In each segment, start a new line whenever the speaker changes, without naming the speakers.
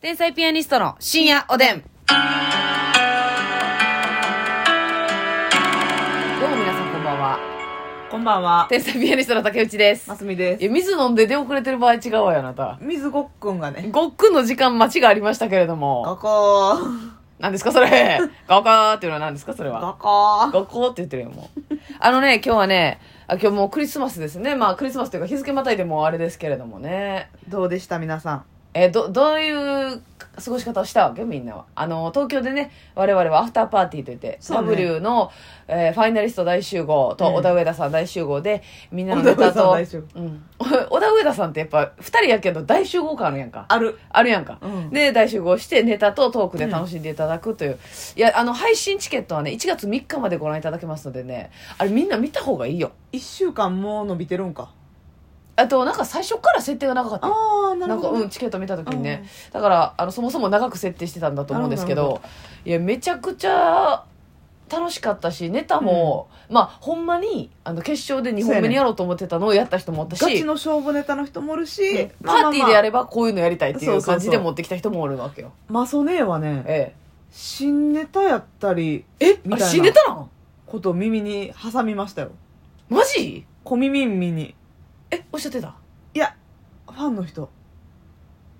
天才ピアニストの深夜おでん。どうも皆さんこんばんは。
こんばんは。
天才ピアニストの竹内です
マ。スミで
い
す。
や、水飲んで出遅れてる場合違うわよ、あなた。
水ごっくんがね、
ごっくんの時間待ちがありましたけれども。
ここー、
何ですか、そ れ。ガカーっていうのは何ですか、それは。
ここー。
ガコーって言ってるよ、もう。あのね、今日はね、あ今日もうクリスマスですね。まあ、クリスマスというか日付またいでもうあれですけれどもね。
どうでした皆さん。
えーどどういう過ごし方をしたわけみんなはあの東京でね我々はアフターパーティーといって、
そうね
W の、えーファイナリスト大集合と
うん
小田上田さん大集合で、みんなのネタと
小田上田さん大集
うん、 小田上田さんってやっぱ2人やけど大集合感あるやんか
ある。
あるやんか、
うん
で大集合してネタとトークで楽しんでいただくという、いやあの配信チケットはね1月3日までご覧いただけますのでねあれみんな見た方がいいよ
一週間もう伸びてるんか。
あとなんか最初から設定が長かったよ
あー、な
な
る
ん
ほ
か
ど。
うんチケット見た時にね、だからあのそもそも長く設定してたんだと思うんですけ
なる
どいやめちゃくちゃ楽しかったしネタも、まあほんまにあの決勝で2
そう
本
や
目
ね
にやろうと思ってたのをやった人もおったし
ガチの勝負ネタの人もおる
う
し、
んパーティーでやれ
ば。
ばこういうのやりたいってい
そううそうそう
感じで持ってきた人もおるわけよ
マソネーはね、
え
新ネタやったり、
ええ
みた
あ
いな
死んでたの
ことを耳に挟みましたよ。
マジ
小耳耳に。
えおっしゃってたあ
いや、ファンの人。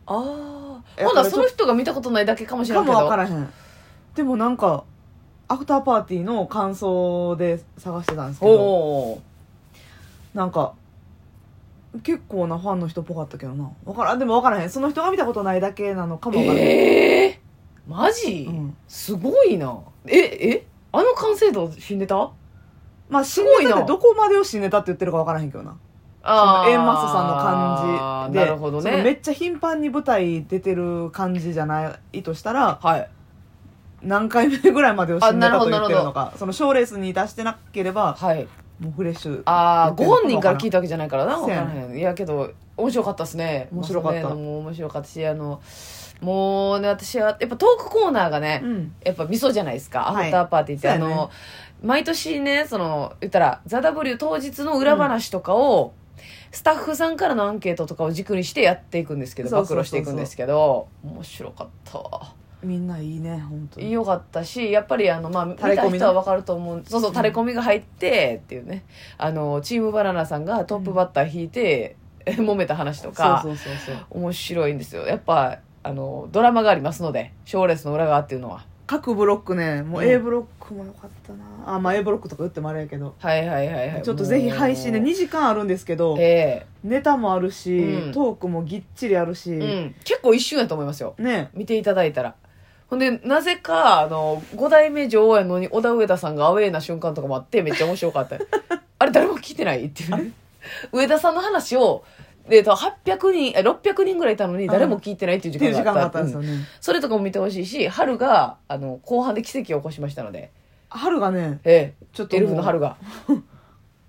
あ
え
ほな
これ
その人が見たことないだけかもしれ
か
ないけ
もわか
ど
らへん。でもなんか、アフターパーティーの感想で探してたんですけ
お
ど。
お
なんか結構なファンの人っぽかったけどなわからんでも分からへんその人が見たことないだけなのかもわからへん、
ええマジ、
うん
すごいなええあの完成度死んでた
まあ
す
新ネ
ごい
タ
な
ってどこまでを新ネタって言ってるか分からへんけどな
あー
その A マスさんの感じで
なるほど
そのめ
ね
っちゃ頻繁に舞台出てる感じじゃないとしたら
はい
何回目ぐらいまでを新ネタと言ってるの
あなるほど
かその賞レースに出してなければ
はい
もうフレッシュ
ああご本人から聞い
い
たわけじゃないからな分
そう
か
やね
らへんいやけど面白かったですね
面白かった
まあそうねもう面白かったしあのもうね私はやっぱトークコーナーがね、
うん
やっぱ味噌じゃないですか、
は
ア
い
フターパーティーって、
そう
あ
やね
の毎年ねその言ったら「ザ・ w 当日の裏話とかを、スタッフさんからのアンケートとかを軸にしてやっていくんですけど
そう
暴
そうそうそ
露
う
していくんですけど面白かったわ
みんないいね本当に
良かったしやっぱりあの、まあ、見
垂れ込み
た
な
人は分かると思うそうそう垂れ込みが入ってっていうねあのチームバナナさんがトップバッター引いて、揉めた話とか
そうそうそうそう
面白いんですよやっぱあのドラマがありますので賞レースの裏側っていうのは
各ブロックねもう
うん
A ブロックもよかったな、あまあ A ブロックとか言ってもあれやけど
はいはいはいはい
ちょっとぜひ配信で
もう
2時間あるんですけど、
え
ネタもあるし、
うん
トークもぎっちりあるし、
えうん結構一瞬やと思いますよ
ね
見ていただいたらほんでなぜかあの5代目女王やのに小田上田さんがアウェーな瞬間とかもあってめっちゃ面白かった あれ誰も聞いてないっていうね上田さんの話をえっと800人え600人ぐらいいたのに誰も聞いてないっていう時
っていう時
間が
間が
あ
あ
っ
ったたんですよ
うん
ね、
それとかも見てほしいし春があの後半で奇跡を起こしましたので
春がね
ええ
ちょっと
エ
もう
ルフの春が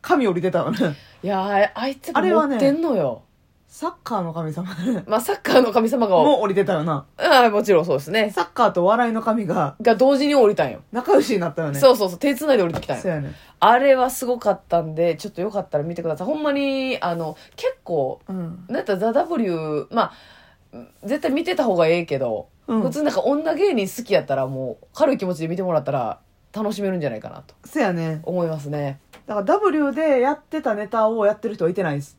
神降りてたのね
いやーあいつ
あれ
も
は
持
ね
ってんのよ、
サッカーの神様ね
まあ、サッカーの神様が
もう降りてたよな
ああもちろんそうですね
サッカーと笑いの神が
が同時に降りたんよ、
仲良しになったよね
そううそうそう手つないで降りてきたんよ
そうやね
あれはすごかったんで、ちょっとよかったら見てください。ほんまに、あの、結構、
うん
なんやったらザ・ W、まあ、絶対見てた方がええけど、
うん
普通なんか女芸人好きやったらもう、軽い気持ちで見てもらったら、楽しめるんじゃないかなと
そうやね
思いますね。
だから W でやってたネタをやってる人はいてないです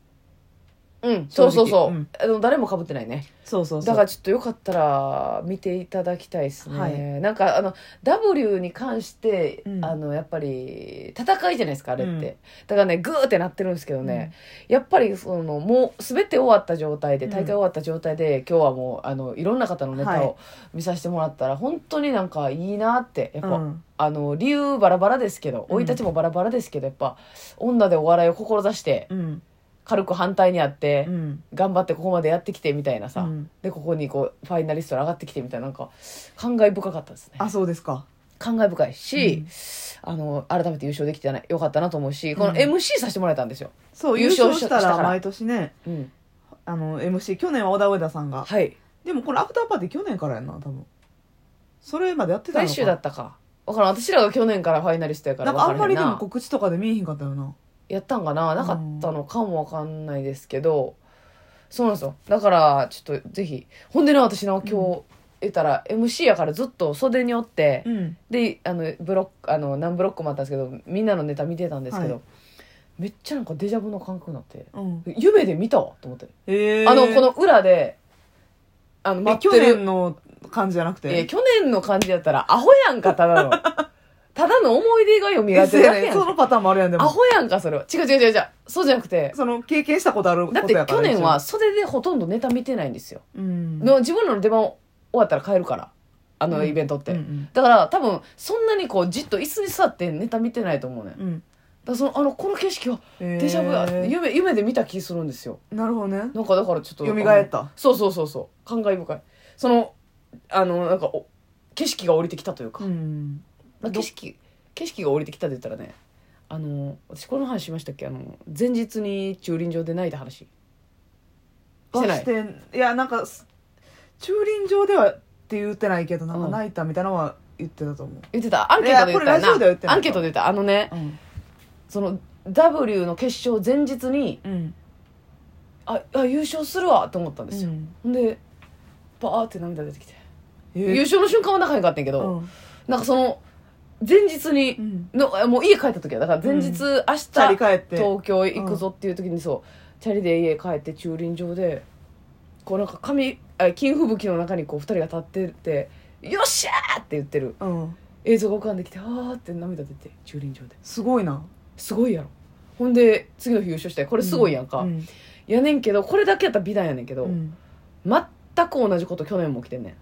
うん、そ
正直
うそうそう。
うん
あの誰も被ってないね。
そうそうそう
だからちょっとよかったら見ていただきたいですね、
はい
なんかあの W に関して、
うん
あのやっぱり戦いじゃないですかあれって、
うん
だからねグーってなってるんですけどね、やっぱりそのもう全て終わった状態で
うん
大会終わった状態で、今日はもうあのいろんな方のネタ
はい
を見させてもらったら、本当になんかいいなってやっぱ、
うん
あの理由バラバラですけど
うん
生い立ちもバラバラですけどやっぱ女でお笑いを志して
うん
軽く反対にあって、
うん
頑張ってここまでやってきてみたいなさ、
うん
でここにこうファイナリストに上がってきてみたいななんか感慨深かったですね
あそうですか
感慨深いし、あの改めて優勝できてないよかったなと思うしこの
うん
MC させてもらえたんですよ、
そう
優
優
勝
勝
し
した
した
ら
から
毎年ね
うん
あの MC 去年は小田上田さんが
はい
でもこのアフターパーティー去年からやんな多分それまでやってたの
来
か
週だったか分からん私らが去年からファイナリストやから
なん
分
かあん
か
ま
らへ
り
ん
でも
な
告知とかで見えへんかったよな
やったんかななかったのかも分かんないですけど、そうなんですよだからちょっとぜひほんでな私の今日、言ったら MC やからずっと袖におって、
うん
であのブロックあの何ブロックもあったんですけどみんなのネタ見てたんですけど、
は
めっちゃなんかデジャブの感覚になって
うん
夢で見たわと思って、
えー
あのこの裏であの
え
待っ
去
てる
年の感じじゃなく
えー
て
去年の感じやったらアホやんかた だのただの思い出が蘇ってるだけやん
そのパターンもあるやんで
ア
も
ホやんかそれは違う違う違う違うそうじゃなくて
その経験したことあること
だって
やから
去年は、袖でほとんどネタ見てないんですよ、
一応うん、
でも自分らの出番終わったら帰るからあの
うん
イベントって、
うんうん
だから多分そんなにこうじっと椅子に座ってネタ見てないと思うねんだか
うん
らそのあのこの景色は
えー
デジャブや夢夢で見た気するんですよ
なるほどね
なんかだからちょっと
蘇った
そうそうそうそう感慨深いそのあのなんかお景色が降りてきたというか、
ん
まあ、景色景色が降りてきたって言ったらねあの私この話しましたっけあの前日に駐輪場で泣いた話してない
ていやなんかす駐輪場ではって言ってないけどなんか
うん
泣いたみたいなのは言ってたと思う、
言ってたアンケートで言ったよ
いやこれラジオでは言って
な
ない
アンケートで言ったあのね
うん
その W の決勝前日に
うん
ああ優勝するわと思ったんですよ、
うん
ほんでバーって涙出てきて、
え
優勝の瞬間は仲良かったんやけど、
うん
なんかその前日に
うん
のあもう家帰った時はだから前日、
う
明日
チャリ帰って
東京行くぞっていう時にそう、チャリで家帰って駐輪場でこうなんか紙あ金吹雪の中にこう2人が立ってて「よっしゃー!」って言ってる
うん
映像が浮かんできてあーって涙出て駐輪場です
ごいな
すごいやろほんで次の日優勝してこれすごいやんか、
うん
やねんけどこれだけやったら美談やねんけど、
うん
全く同じこと去年も起きてんねん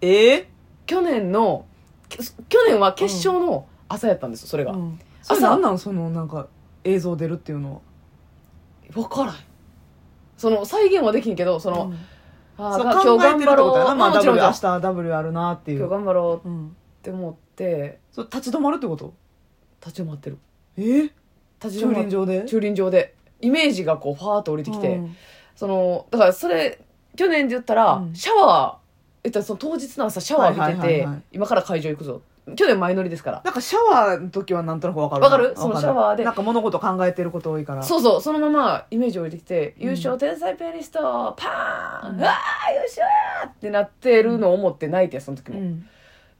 ええ
去年のき去年は決勝の朝やったんですよそれが、わ
うんそれ
朝
なんなんそのなんか映像出るっていうのは
からんその再現はできんけどその、
うん
あ
そ
ー
う
が
考
今日
え
頑張
てるって
ろ
こ
う
とやな、まあ、
もちろ
W
ん
明
もち
日 W あるなってい
ろん今日
う、
頑張ろう
うん、
って思って
そう立ち止まるってこと
立ち止まってる
えー、
立ち止
駐
ま
輪
って
場で
駐輪場でイメージがこうファーッと降りてきて、
うん
そのだからそれ去年で言ったら、
うん
シャワー言ったらその当日の朝シャワー浴びてて、
はいはいはいはい
今から会場行くぞ去年前乗りですから
なんかシャワーの時はなんとなくわかる
わかるそのシャワーで
なんか物事考えてること多いから
そうそうそのままイメージ降りてきて「
うん
優勝天才ピアニストパーン、
う
うんわー優勝や!」ってなってるのを思って泣いてその時
う
も、
ん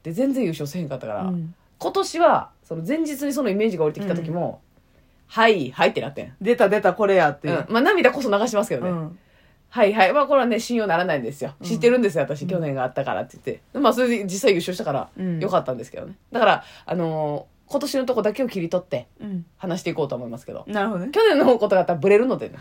で全然優勝せへんかったか
う
ら、
ん
今年はその前日にそのイメージが降りてきた時も「はいはい」ってなってん、
出た出たこれやって
う
い
ん
う、
まあ、涙こそ流しますけど
う
ね「
ん
はいはい」まあこれはね信用ならないんですよ
うん
知ってるんですよ私、
うん
去年があったからって言ってまあそれで実際優勝したから
うん
よかったんですけどねだからあのー今年のとこだけを切り取って
うん
話していこうと思いますけど
なるほどね
去年のことがあったらブレるの でね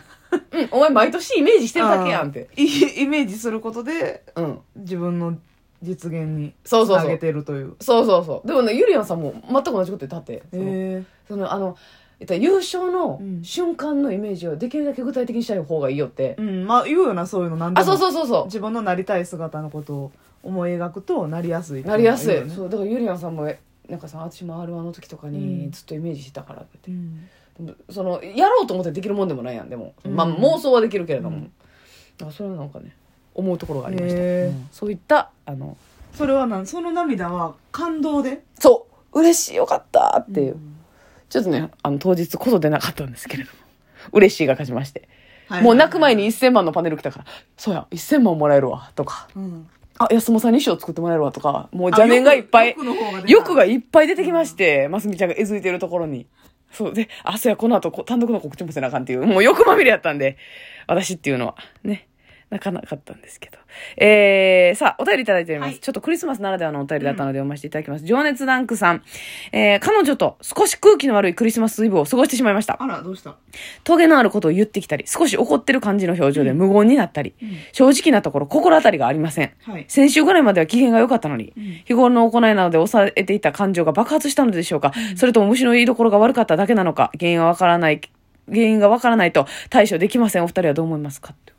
うんお前毎年イメージしてるだけやんって
あーいイメージすることで
うん
自分の実現に
そうそうそう
げてるという
そうそうそうでもねゆりやんさんも全く同じこと言ってはってその
へ
そのあの言ったら優勝の
うん
瞬間のイメージをできるだけ具体的にしたい方がいいよって
え、うんまあ言うよなそういうの何で
あ
も
そうそうそうそ
自分のなりたい姿のことを思い描くとなりやすいう
なりやすい、
ってうのは
そうだからゆりやんさんもえなんかさ私も r 1の時とか
う
に
ん
ずっとイメージしてたからって
言うよね
言って、そのやろうと思ってできるもんでもないやんでも、
うん
まあ妄想はできるけれども、
うん
だからそれはなんかね思うところがありました、
へえ
うんそういったあの
うんそれはなんその涙は感動で
そう嬉しいよかったっていう、
ん
ちょっとねあの当日こそ出なかったんですけれども嬉しいが勝ちまして、
はい
もう泣く前に1000万のパネル来たからそうや1000万もらえるわとか
うん
あ、安本さんに衣装作ってもらえるわとか、もう邪念がいっぱい、
あ欲欲の方が出た
欲がいっぱい出てきまして、ますみちゃんがえずいてるところに。そうで、あ、そうや、この後こ単独の告知もせなあかんっていう、もう欲まみれやったんで、私っていうのは、ね、なかなかったんですけど。えー、さあ、お便りいただいております。
はい
ちょっとクリスマスならではのお便りだったので読ませていただきます。情熱ダンクさん。えー、彼女と少し空気の悪いクリスマスイブを過ごしてしまいました。
あらどうした
トゲのあることを言ってきたり、少し怒ってる感じの表情で無言になったり、
うん
正直なところ心当たりがありません。
はい
先週ぐらいまでは機嫌が良かったのに、
うん
日頃の行いなどで抑えていた感情が爆発したのでしょうか、それとも虫の言いどころが悪かっただけなのか、原因はわからない、原因がわからないと対処できません。お二人はどう思いますかって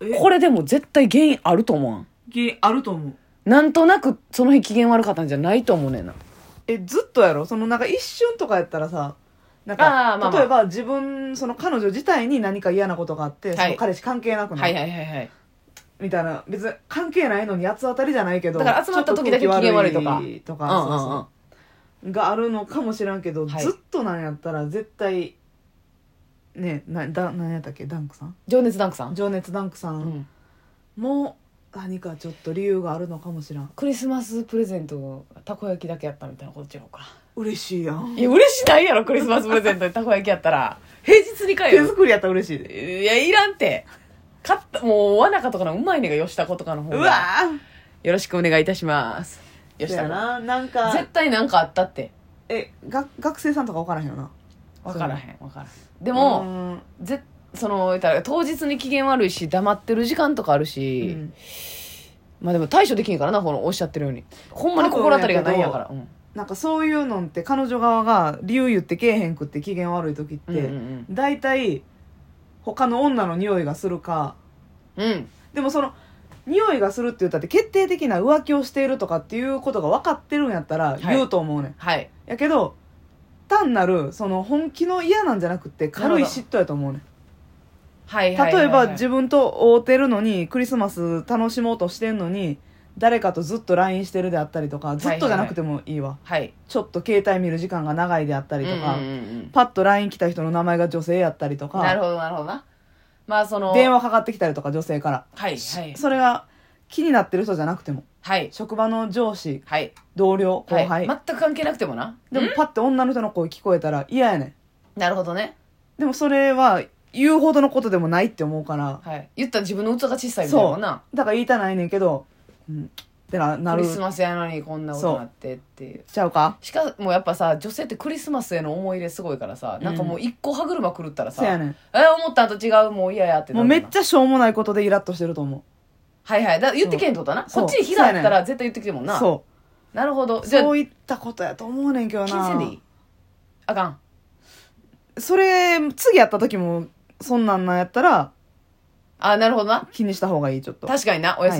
え
これでも絶対原因あると思わん。
げあると思う
なんとなくその日機嫌悪かったんじゃないと思うねんな。
えずっとやろそのなんか一瞬とかやったらさなんか
あーまあまあ
例えば自分その彼女自体に何か嫌なことがあって、
い
その彼氏関係なくなる、
はいはいはいはい。
みたいな別に関係ないのに八つ当たりじゃないけど
だから集まった時だけ
ちょっ
機嫌悪いとか
空気と
う
か
ん
そうう
う
ん
ん。
そうがあるのかもしれんけど、
はい
ずっとなんやったら絶対ねなだ何やったっけダンクさん
情熱ダンクさん、
情熱ダンクさん
うん
も何かちょっと理由があるのかもしらん
クリスマスプレゼントたこ焼きだけやったみたいなことちゃうか
嬉しいやん
いや嬉しないやろクリスマスプレゼントにたこ焼きやったら平日に買え
手
よ
作りやったら嬉しいで
いやいらんて買ったもうわなかとかのうまいねがよしたことかの方
う
が
わ
よろしくお願いいたします
ー
よし
そ
た
や
な
ななん
絶
か
対なんかあったって
えが学生さんとか分からへんよな
分からへん分からへんで
で
も、ぜその言ったら当日に機嫌悪いし黙ってる時間とかある
う
し、
ん
まあでも対処できんからなこのおっしゃってるようにほんまに心当たりがないんやから、うん
なんかそういうのって彼女側が理由言ってけえへんくって機嫌悪い時っ
うんう
て
ん
大体他の女の匂いがするか
うんうん
でもその匂いがするって言ったって決定的な浮気をしているとかっていうことが分かってるんやったら
い
言うと思うねん、
はい
やけど単なるその本気の嫌なんじゃなくて軽い嫉妬やと思うねん
はいはいはい
例え
はい
ば自分と会うてるのにクリスマス楽しもうとしてんのに誰かとずっと LINE してるであったりとかずっとじゃなくてもいいわ、
はい
ちょっと携帯見る時間が長いであったりとか、
うんうんうん
パッと LINE 来た人の名前が女性やったりと
うんなる
か
ほどなるほどなまあその
電話かかってきたりとか女性から
はいはい
それが気になってる人じゃなくても
はい
職場の上司
はい
同僚後輩、
はい全く関係なくてもな
でもパッて女の人の声聞こえたら嫌やねん
なるほどね
でもそれは言うほどのことでもないって思うから
はい言ったら自分の器が小さいみたいなもんな
だから言いたないねんけど、うん、ってなな
ク
る
リスマスやのにこんなことなってっていう
ちゃうか
しかもやっぱさ女性ってクリスマスへの思い入れすごいからさ、なんかもう一個歯車狂ったらさ
そうやねん
え思ったんと違うもう嫌やって
もうめっ
ゃ
ちゃしょうもないことでイラッとしてると思
はいはいだ言ってけへんってことだな
そ
こ
う
っちに火があったら絶対言ってきてもん
う
な
そ
なるほど
う
じゃあ
そういったことやと思うねんけどな
金銭でいいあかん
それ次やった時もそんなんなんやったら
あなるほどな
気にした方がいいちょっと
確かになお休み